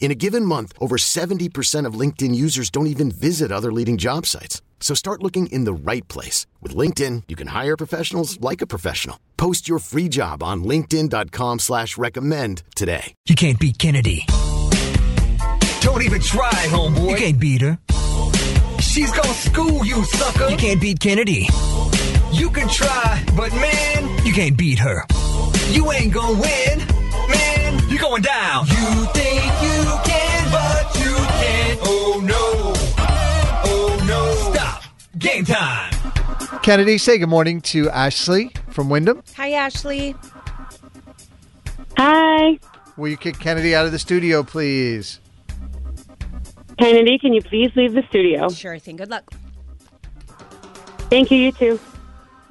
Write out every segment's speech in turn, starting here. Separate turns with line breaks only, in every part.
In a given month, over 70% of LinkedIn users don't even visit other leading job sites. So start looking in the right place. With LinkedIn, you can hire professionals like a professional. Post your free job on linkedin.com slash recommend today.
You can't beat Kennedy.
Don't even try, homeboy.
You can't beat her.
She's gonna school you, sucker.
You can't beat Kennedy.
You can try, but man,
You can't beat her.
you ain't gonna win. Man, you're going down. You think you can, but you can't. Oh no. Oh no. Stop. Game time.
Kennedy, say good morning to Ashley from Wyndham.
Hi, Ashley.
Hi.
Will you kick Kennedy out of the studio, please?
Kennedy, can you please leave the studio?
Sure thing. Good luck.
Thank you, you too.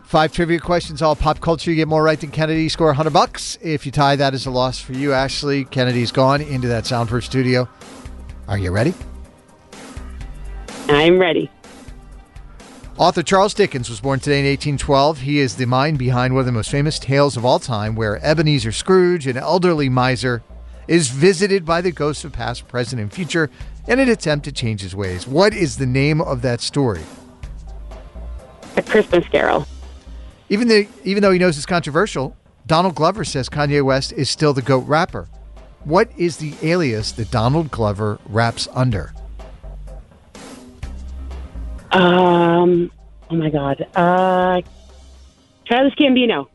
Five trivia questions, all pop culture. You get more right than Kennedy. you Score 100 bucks. If you tie, that is a loss for you, Ashley. Kennedy's gone into that soundproof studio. Are you ready?
I'm ready.
Author Charles Dickens was born today in 1812. He is the mind behind one of the most famous tales of all time, where Ebenezer Scrooge, an elderly miser, is visited by the ghosts of past, present, and future in an attempt to change his ways. What is the name of that story?
A Christmas Carol.
Even though, even though he knows it's controversial, Donald Glover says Kanye West is still the GOAT rapper. What is the alias that Donald Glover raps under?
Um. Oh my God. Uh. Travis Gambino.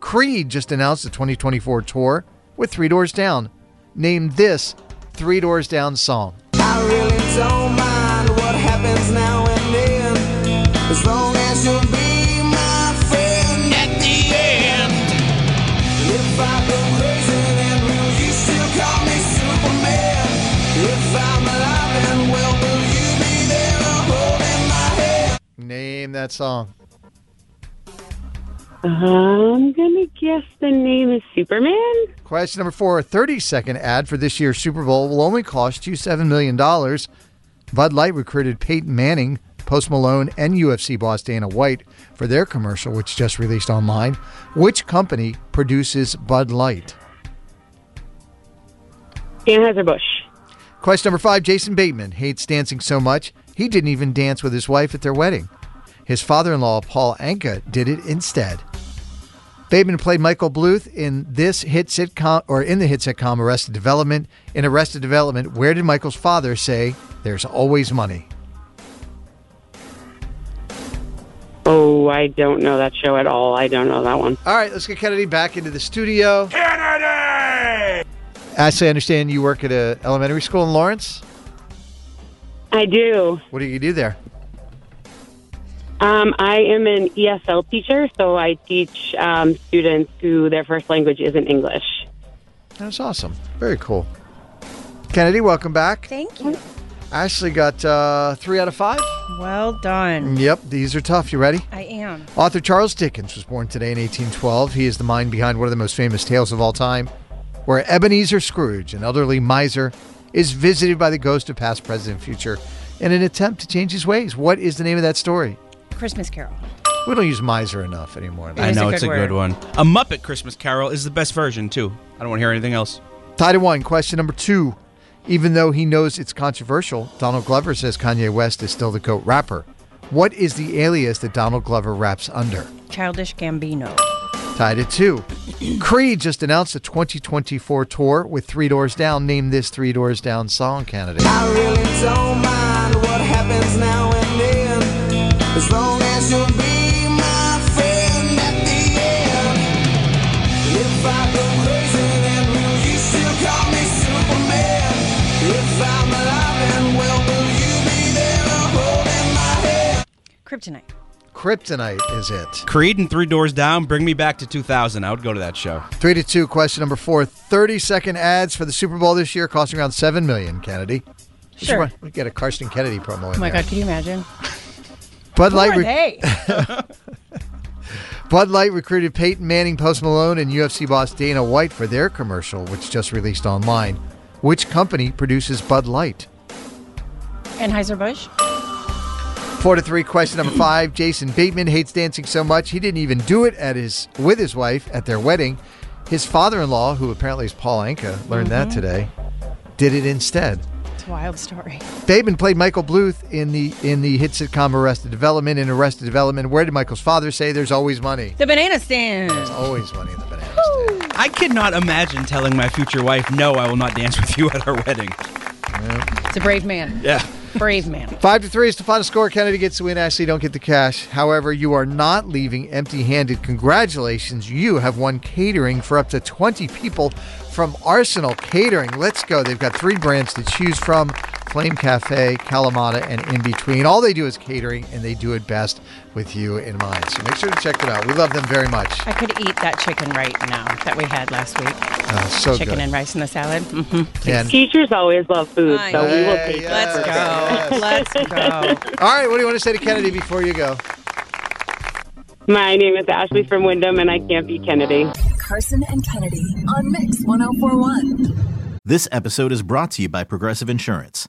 Creed just announced a 2024 tour with Three Doors Down. Name this Three Doors Down song.
I really don't mind what happens now and then, as long as you'll be my friend at the end. If I go crazy, then will you still call me Superman? If I'm alive and well, will you be there holding my hand?
Name that song.
I'm gonna guess the name is Superman.
Question number four A 30 second ad for this year's Super Bowl will only cost you $7 million. Bud Light recruited Peyton Manning, Post Malone, and UFC boss Dana White for their commercial, which just released online. Which company produces Bud Light?
Anheuser Busch.
Question number five Jason Bateman hates dancing so much, he didn't even dance with his wife at their wedding. His father in law, Paul Anka, did it instead. Bateman played Michael Bluth in this hit sitcom, or in the hit sitcom Arrested Development. In Arrested Development, where did Michael's father say, There's always money?
Oh, I don't know that show at all. I don't know that one.
All right, let's get Kennedy back into the studio. Kennedy! Ashley, I understand you work at a elementary school in Lawrence.
I do.
What do you do there?
Um, I am an ESL teacher, so I teach um, students who their first language isn't English.
That's awesome. Very cool. Kennedy, welcome back.
Thank you.
Ashley got uh, three out of five.
Well done.
Yep, these are tough. You ready?
I am.
Author Charles Dickens was born today in 1812. He is the mind behind one of the most famous tales of all time, where Ebenezer Scrooge, an elderly miser, is visited by the ghost of past, present, and future in an attempt to change his ways. What is the name of that story?
Christmas Carol.
We don't use miser enough anymore.
It
I
is a
know
good
it's a good one.
word.
A Muppet Christmas Carol is the best version too. I don't want to hear anything else.
Tied to one. Question number two. Even though he knows it's controversial, Donald Glover says Kanye West is still the GOAT rapper. What is the alias that Donald Glover raps under?
Childish Gambino.
Tied at two. Creed just announced a 2024 tour with Three Doors Down. Name this Three Doors Down song, Kennedy.
I really don't mind what happens now and then, as long as you'll be my friend at the end. I go crazy, then will you still call me Superman? If I'm alive and well, will you be there holding my hand?
Kryptonite.
Kryptonite is it.
Creed and Three Doors Down, bring me back to 2000. I would go to that show.
Three to two. Question number four. Thirty-second ads for the Super Bowl this year, costing around seven million. Kennedy. We should
Sure.
want- We get a Karsten Kennedy promo. In
Oh my
there.
God, could you imagine?
Bud
Who
Light.
are
re-
they?
Bud Light recruited Peyton Manning, Post Malone, and UFC boss Dana White for their commercial, which just released online. Which company produces Bud Light?
Anheuser-Busch?
Four to three. Question number five. Jason Bateman hates dancing so much he didn't even do it at his with his wife at their wedding. His father-in-law, who apparently is Paul Anka, learned that today. Did it instead.
It's a wild story.
Bateman played Michael Bluth in the in the hit sitcom Arrested Development. In Arrested Development, where did Michael's father say there's always money?
The banana stand.
Always money in the banana stand.
I cannot imagine telling my future wife, no, I will not dance with you at our wedding.
It's a brave man.
Yeah.
Brave man.
Five to three is the final score. Kennedy gets the win. Ashley don't get the cash. However, you are not leaving empty-handed. Congratulations, you have won catering for up to 20 people from Arsenal Catering. Let's go. They've got three brands to choose from: Flame Cafe, Kalamata, and In Between. All they do is catering, and they do it best with you in mind. So make sure to check them out. We love them very much.
I could eat that chicken right now that we had last week.
Uh, so
chicken
good.
and rice in the salad. Mm-hmm.
And-
Teachers always love food,
I
so we will
know.
take
Yeah,
it.
Let's go. Let's go.
all right, what do you want to say to Kennedy before you go?
My name is Ashley from Wyndham, and I can't beat Kennedy.
Carson and Kennedy on Mix 1041.
This episode is brought to you by Progressive Insurance.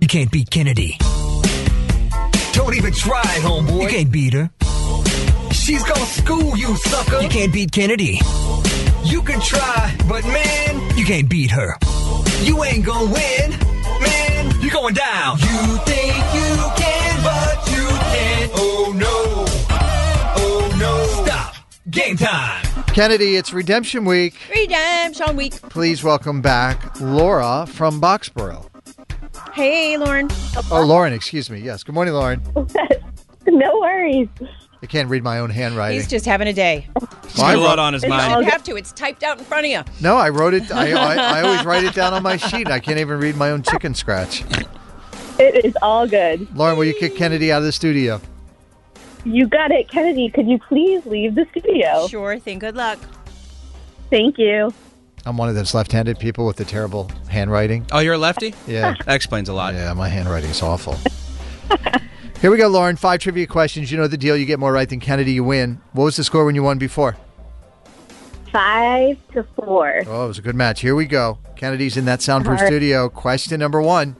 You can't beat Kennedy.
Don't even try,
You
homeboy.
can't beat her.
She's gonna school you, sucker.
You can't beat Kennedy.
You can try, but man,
You can't beat her.
you ain't gonna win. Man, you're going down. You think you can, but you can't. Oh no. Oh no. Stop. Game time.
Kennedy, it's Redemption Week.
Redemption week.
Please welcome back Laura from Boxborough.
Hey, Lauren.
Oh, Lauren, excuse me. Yes. Good morning, Lauren.
No worries.
I can't read my own handwriting.
He's just having a day.
He's got a lot on his mind.
You have to. It's typed out in front of you.
no, I wrote it. I, I, I always write it down on my sheet. I can't even read my own chicken scratch.
It is all good.
Lauren, will you kick Kennedy out of the studio?
You got it, Kennedy. Could you please leave the studio?
Sure thing. Good luck.
Thank you.
I'm one of those left-handed people with the terrible handwriting.
Oh, you're a lefty?
Yeah.
That explains a lot.
Yeah, my handwriting's awful. Here we go, Lauren. Five trivia questions. You know the deal. You get more right than Kennedy, you win. What was the score when you won before?
Five to four.
Oh, it was a good match. Here we go. Kennedy's in that soundproof
All right.
studio. Question number one.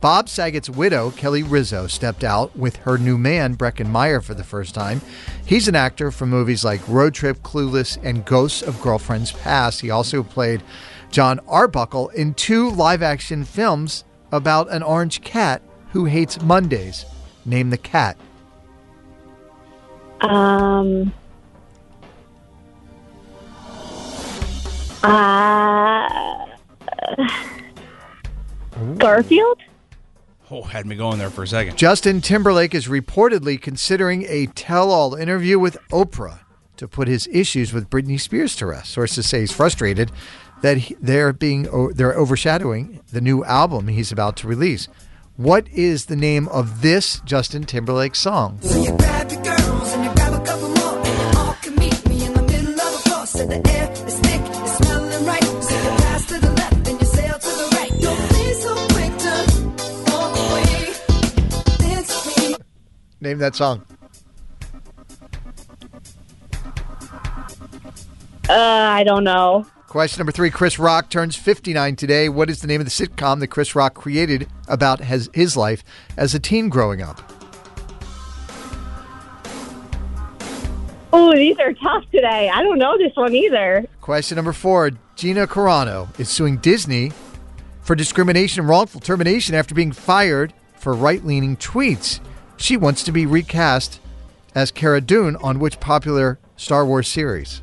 Bob Saget's widow, Kelly Rizzo, stepped out with her new man, Brecken Meyer, for the first time. He's an actor from movies like Road Trip, Clueless, and Ghosts of Girlfriends Past. He also played John Arbuckle in two live action films about an orange cat who hates Mondays. Name the cat.
Um,
Uh, Garfield?
Oh, had me going there for a second.
Justin Timberlake is reportedly considering a tell all interview with Oprah to put his issues with Britney Spears to rest. Sources say he's frustrated that he- they're being o- they're overshadowing the new album he's about to release. What is the name of this Justin Timberlake song? Name that song.
Uh, I don't know.
Question number three Chris Rock turns 59 today. What is the name of the sitcom that Chris Rock created about his, his life as a teen growing up?
Oh, these are tough today. I don't know this one either.
Question number four Gina Carano is suing Disney for discrimination and wrongful termination after being fired for right leaning tweets. She wants to be recast as Cara Dune on which popular Star Wars series?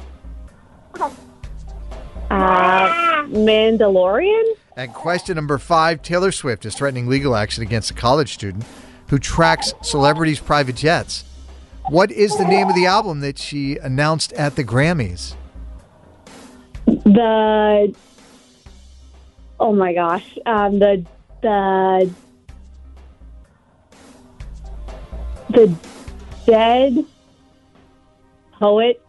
Uh, Mandalorian?
And question number five Taylor Swift is threatening legal action against a college student who tracks celebrities' private jets. What is the name of the album that she announced at the Grammys?
The. Oh my gosh. Um, the. The. The Dead Poet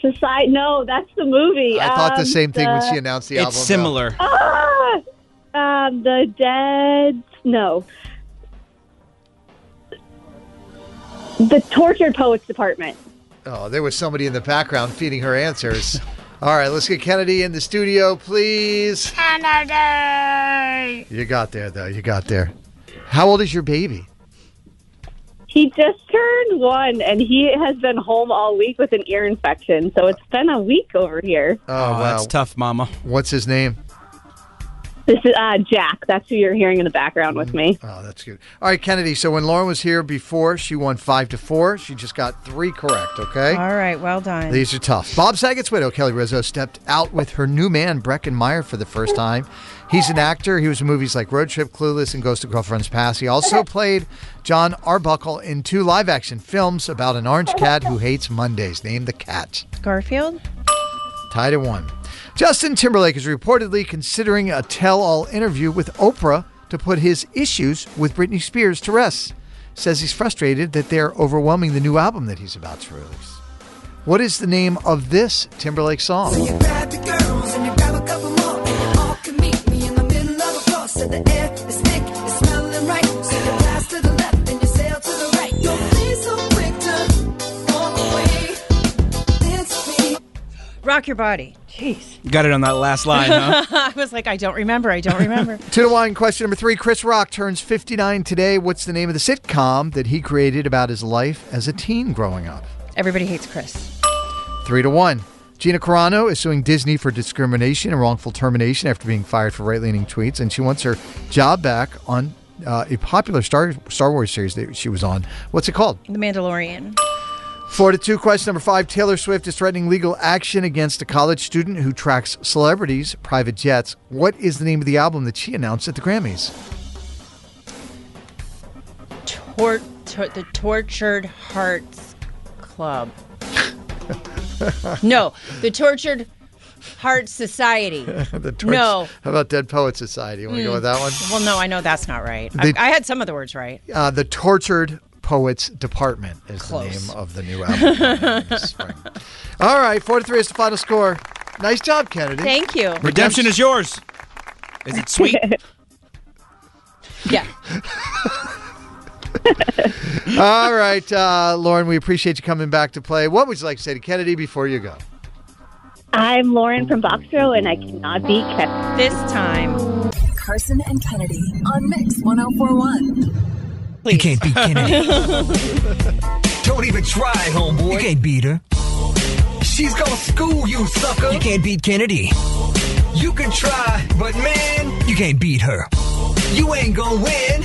Society. No, that's the movie.
I thought the
Um,
same thing when
the-
she announced the
It's
album. though.
similar.
Ah! Um, the dead. No. The tortured poets department.
Oh, there was somebody in the background feeding her answers. All right, let's get Kennedy in the studio, please. You got there, though. You got there. How old is your baby?
He just turned one, and he has been home all week with an ear infection. So it's been a week over here.
Oh, wow.
That's tough, Mama.
What's his name?
This is uh, Jack. That's who you're hearing in the background with me.
Oh, that's good. All right, Kennedy. So when Lauren was here before, she won five to four. She just got three correct. Okay.
All right, well done.
These are tough. Bob Saget's widow, Kelly Rizzo, stepped out with her new man, Brecken Meyer, for the first time. He's an actor. He was in movies like Road Trip, Clueless, and Ghost of Girlfriend's Past. He also played John Arbuckle in two live action films about an orange cat who hates Mondays, named the cat.
Garfield?
Tied at one. Justin Timberlake is reportedly considering a tell all interview with Oprah to put his issues with Britney Spears to rest. Says he's frustrated that they're overwhelming the new album that he's about to release. What is the name of this Timberlake song?
Rock your body. Jeez.
Got it on that last line, huh?
I was like, I don't remember. I don't remember.
Two to one. Question number three. Chris Rock turns 59 today. What's the name of the sitcom that he created about his life as a teen growing up?
Everybody hates Chris.
Three to one. Gina Carano is suing Disney for discrimination and wrongful termination after being fired for right leaning tweets, and she wants her job back on uh, a popular Star, Star Wars series that she was on. What's it called?
The Mandalorian.
Four to two. Question number five Taylor Swift is threatening legal action against a college student who tracks celebrities' private jets. What is the name of the album that she announced at the Grammys?
Tor- tor- the Tortured Hearts Club. no, the Tortured Hearts Society.
The Torch-
No.
How about Dead Poet Society? You want to go with that one?
Mm. Well, no, I know that's not right.
They-
I, I had some of the words right.
Uh, the Tortured Poets Department is
Close.
the name of the new album. coming in spring. All right, four to three is the final score. Nice job, Kennedy.
Thank you.
Redemption is yours. Is it sweet?
Yeah.
All right, uh, Lauren, we appreciate you coming back to play. What would you like to say to Kennedy before you go?
I'm Lauren from Boxrow, and I cannot be kept.
This time.
Carson and Kennedy on Mix 1041.
You can't beat Kennedy.
Don't even try, homeboy.
you can't beat her.
She's gonna school you, sucker.
You can't beat Kennedy.
You can try, but man,
You can't beat her.
you ain't gonna win.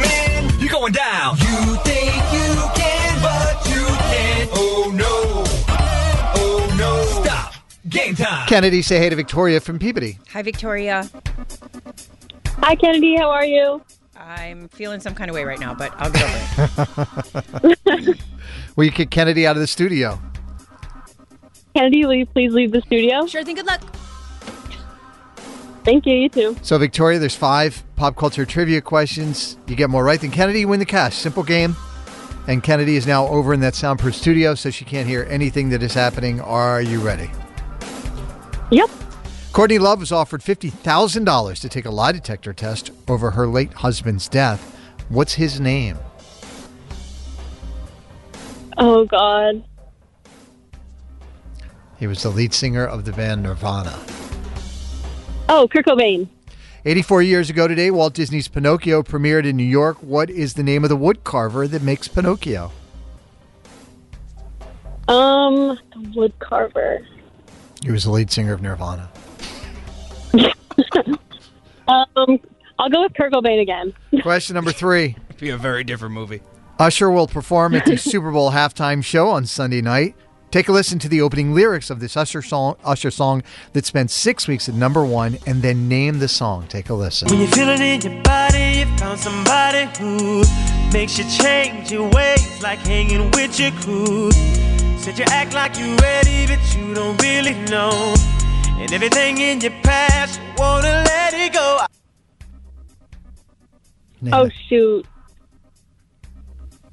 Man, you're going down. You think you can, but you can't. Oh no. Oh no. Stop.
Game time.
Kennedy, say hey to Victoria from Peabody.
Hi, Victoria.
Hi, Kennedy. How are you?
I'm feeling some kind of way right now, but I'll get over it.
Will you kick Kennedy out of the studio?
Kennedy, will you please leave the studio? Sure
thing. Good luck.
Thank you. You too.
So, Victoria, there's five pop culture trivia questions. You get more right than Kennedy, you win the cash. Simple game. And Kennedy is now over in that soundproof studio, so she can't hear anything that is happening. Are you ready?
Yep.
Courtney Love was offered $50,000 to take a lie detector test over her late husband's death. What's his name?
Oh, God.
He was the lead singer of the band Nirvana.
Oh, Kurt Cobain.
84 years ago today, Walt Disney's Pinocchio premiered in New York. What is the name of the wood carver that makes Pinocchio?
Um, the wood carver.
He was the lead singer of Nirvana.
Um, I'll go with Kurt Cobain again.
Question number three
It'd be a very different movie.
Usher will perform at the Super Bowl halftime show on Sunday night. Take a listen to the opening lyrics of this Usher song, Usher song that spent six weeks at number one, and then name the song. Take a listen.
When you feel it in your body, you found somebody who makes you change your ways, like hanging with your crew. Said you act like you're ready, but you don't really know. And everything in your past, you wanna let it go.
oh, shoot.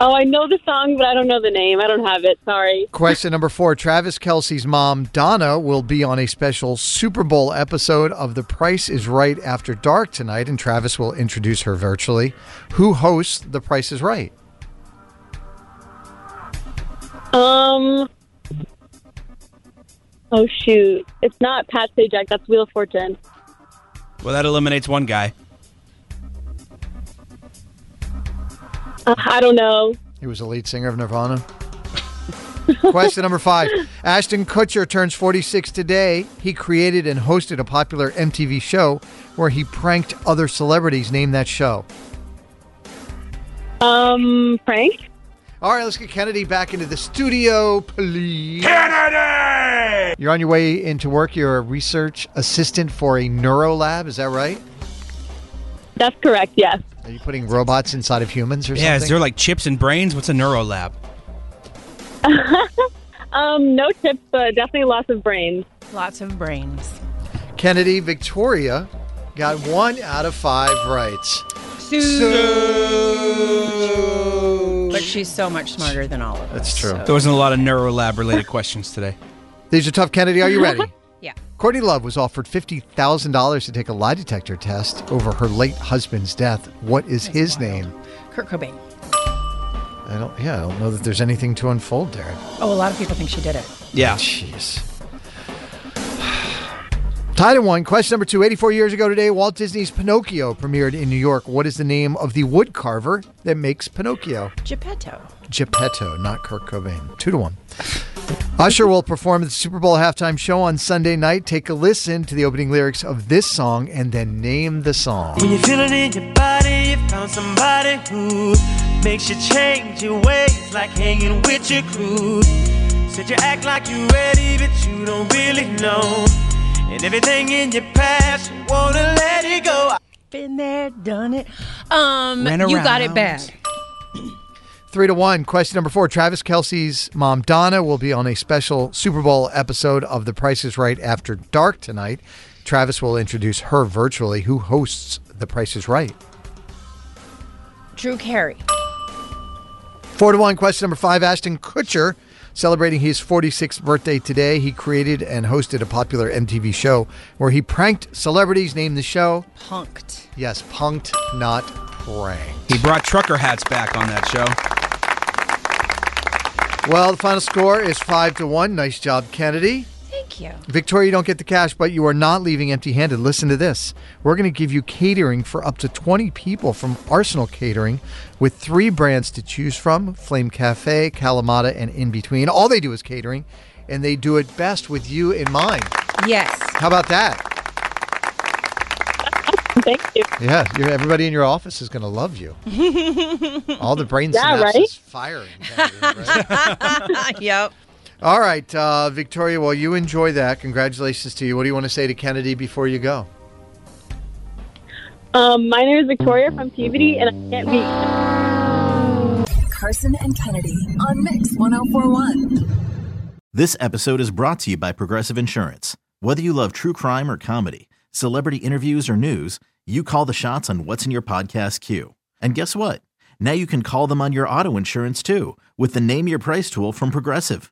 Oh, I know the song, but I don't know the name. I don't have it. Sorry.
Question number four Travis Kelsey's mom, Donna, will be on a special Super Bowl episode of The Price is Right After Dark tonight, and Travis will introduce her virtually. Who hosts The Price is Right?
Um. Oh shoot! It's not Pat Sajak. That's Wheel of Fortune.
Well, that eliminates one guy.
Uh, I don't know.
He was the lead singer of Nirvana. Question number five. Ashton Kutcher turns 46 today. He created and hosted a popular MTV show where he pranked other celebrities. Name that show.
Um, prank?
All right, let's get Kennedy back into the studio, please. Kennedy! You're on your way into work. You're a research assistant for a neuro lab. Is that right?
That's correct. Yes.
Are you putting robots inside of humans or
Yeah, is
something?
there like chips and brains? What's a neuro lab?
Um, no tips, but definitely lots of brains.
Lots of brains.
Kennedy Victoria got one out of five rights.
But she's so much smarter than all of us.
That's true.
There wasn't a lot of neuro lab related questions today.
These are tough, Kennedy. Are you ready?
Yeah.
Courtney Love was offered $50,000 to take a lie detector test over her late husband's death. What is his name?
Kurt Cobain.
I don't, yeah, I don't know that there's anything to unfold there.
Oh, a lot of people think she did it.
Yeah.
Jeez. Tied at one. Question number two. 84 years ago today, Walt Disney's Pinocchio premiered in New York. What is the name of the wood carver that makes Pinocchio?
Geppetto.
Geppetto, not Kurt Cobain. Two to one. Usher will perform at the Super Bowl halftime show on Sunday night. Take a listen to the opening lyrics of this song and then name the song.
When you feel it in your body, you found somebody who makes you change your ways, like hanging with your crew. Said you act like you're ready, but you don't really know. And everything in your past, you wanna let it go.
Been there, done it. Um,
Ran
you got it
around.
bad.
Three to one. Question number four. Travis Kelsey's mom, Donna, will be on a special Super Bowl episode of The Price is Right after dark tonight. Travis will introduce her virtually, who hosts The Price is Right.
Drew Carey.
Four to one. Question number five. Ashton Kutcher, celebrating his 46th birthday today, he created and hosted a popular MTV show where he pranked celebrities. Named the show.
Punked.
Yes, punked, not prang.
He brought trucker hats back on that show.
Well, the final score is five to one. Nice job, Kennedy.
Thank you.
Victoria, you don't get the cash, but you are not leaving empty handed. Listen to this. We're going to give you catering for up to 20 people from Arsenal Catering with three brands to choose from Flame Cafe, Kalamata, and In Between. All they do is catering, and they do it best with you in mind.
Yes.
How about that?
Thank you.
Yeah, you're, everybody in your office is going to love you. All the brain
Yeah,
synapses
right?
firing.
yep.
All right, uh, Victoria, while you enjoy that, congratulations to you. What do you want to say to Kennedy before you go?
Um, my name is Victoria from Peabody, and I can't be.
Carson and Kennedy on Mix 1041.
This episode is brought to you by Progressive Insurance. Whether you love true crime or comedy, celebrity interviews or news, you call the shots on what's in your podcast queue. And guess what? Now you can call them on your auto insurance too with the Name Your Price tool from Progressive.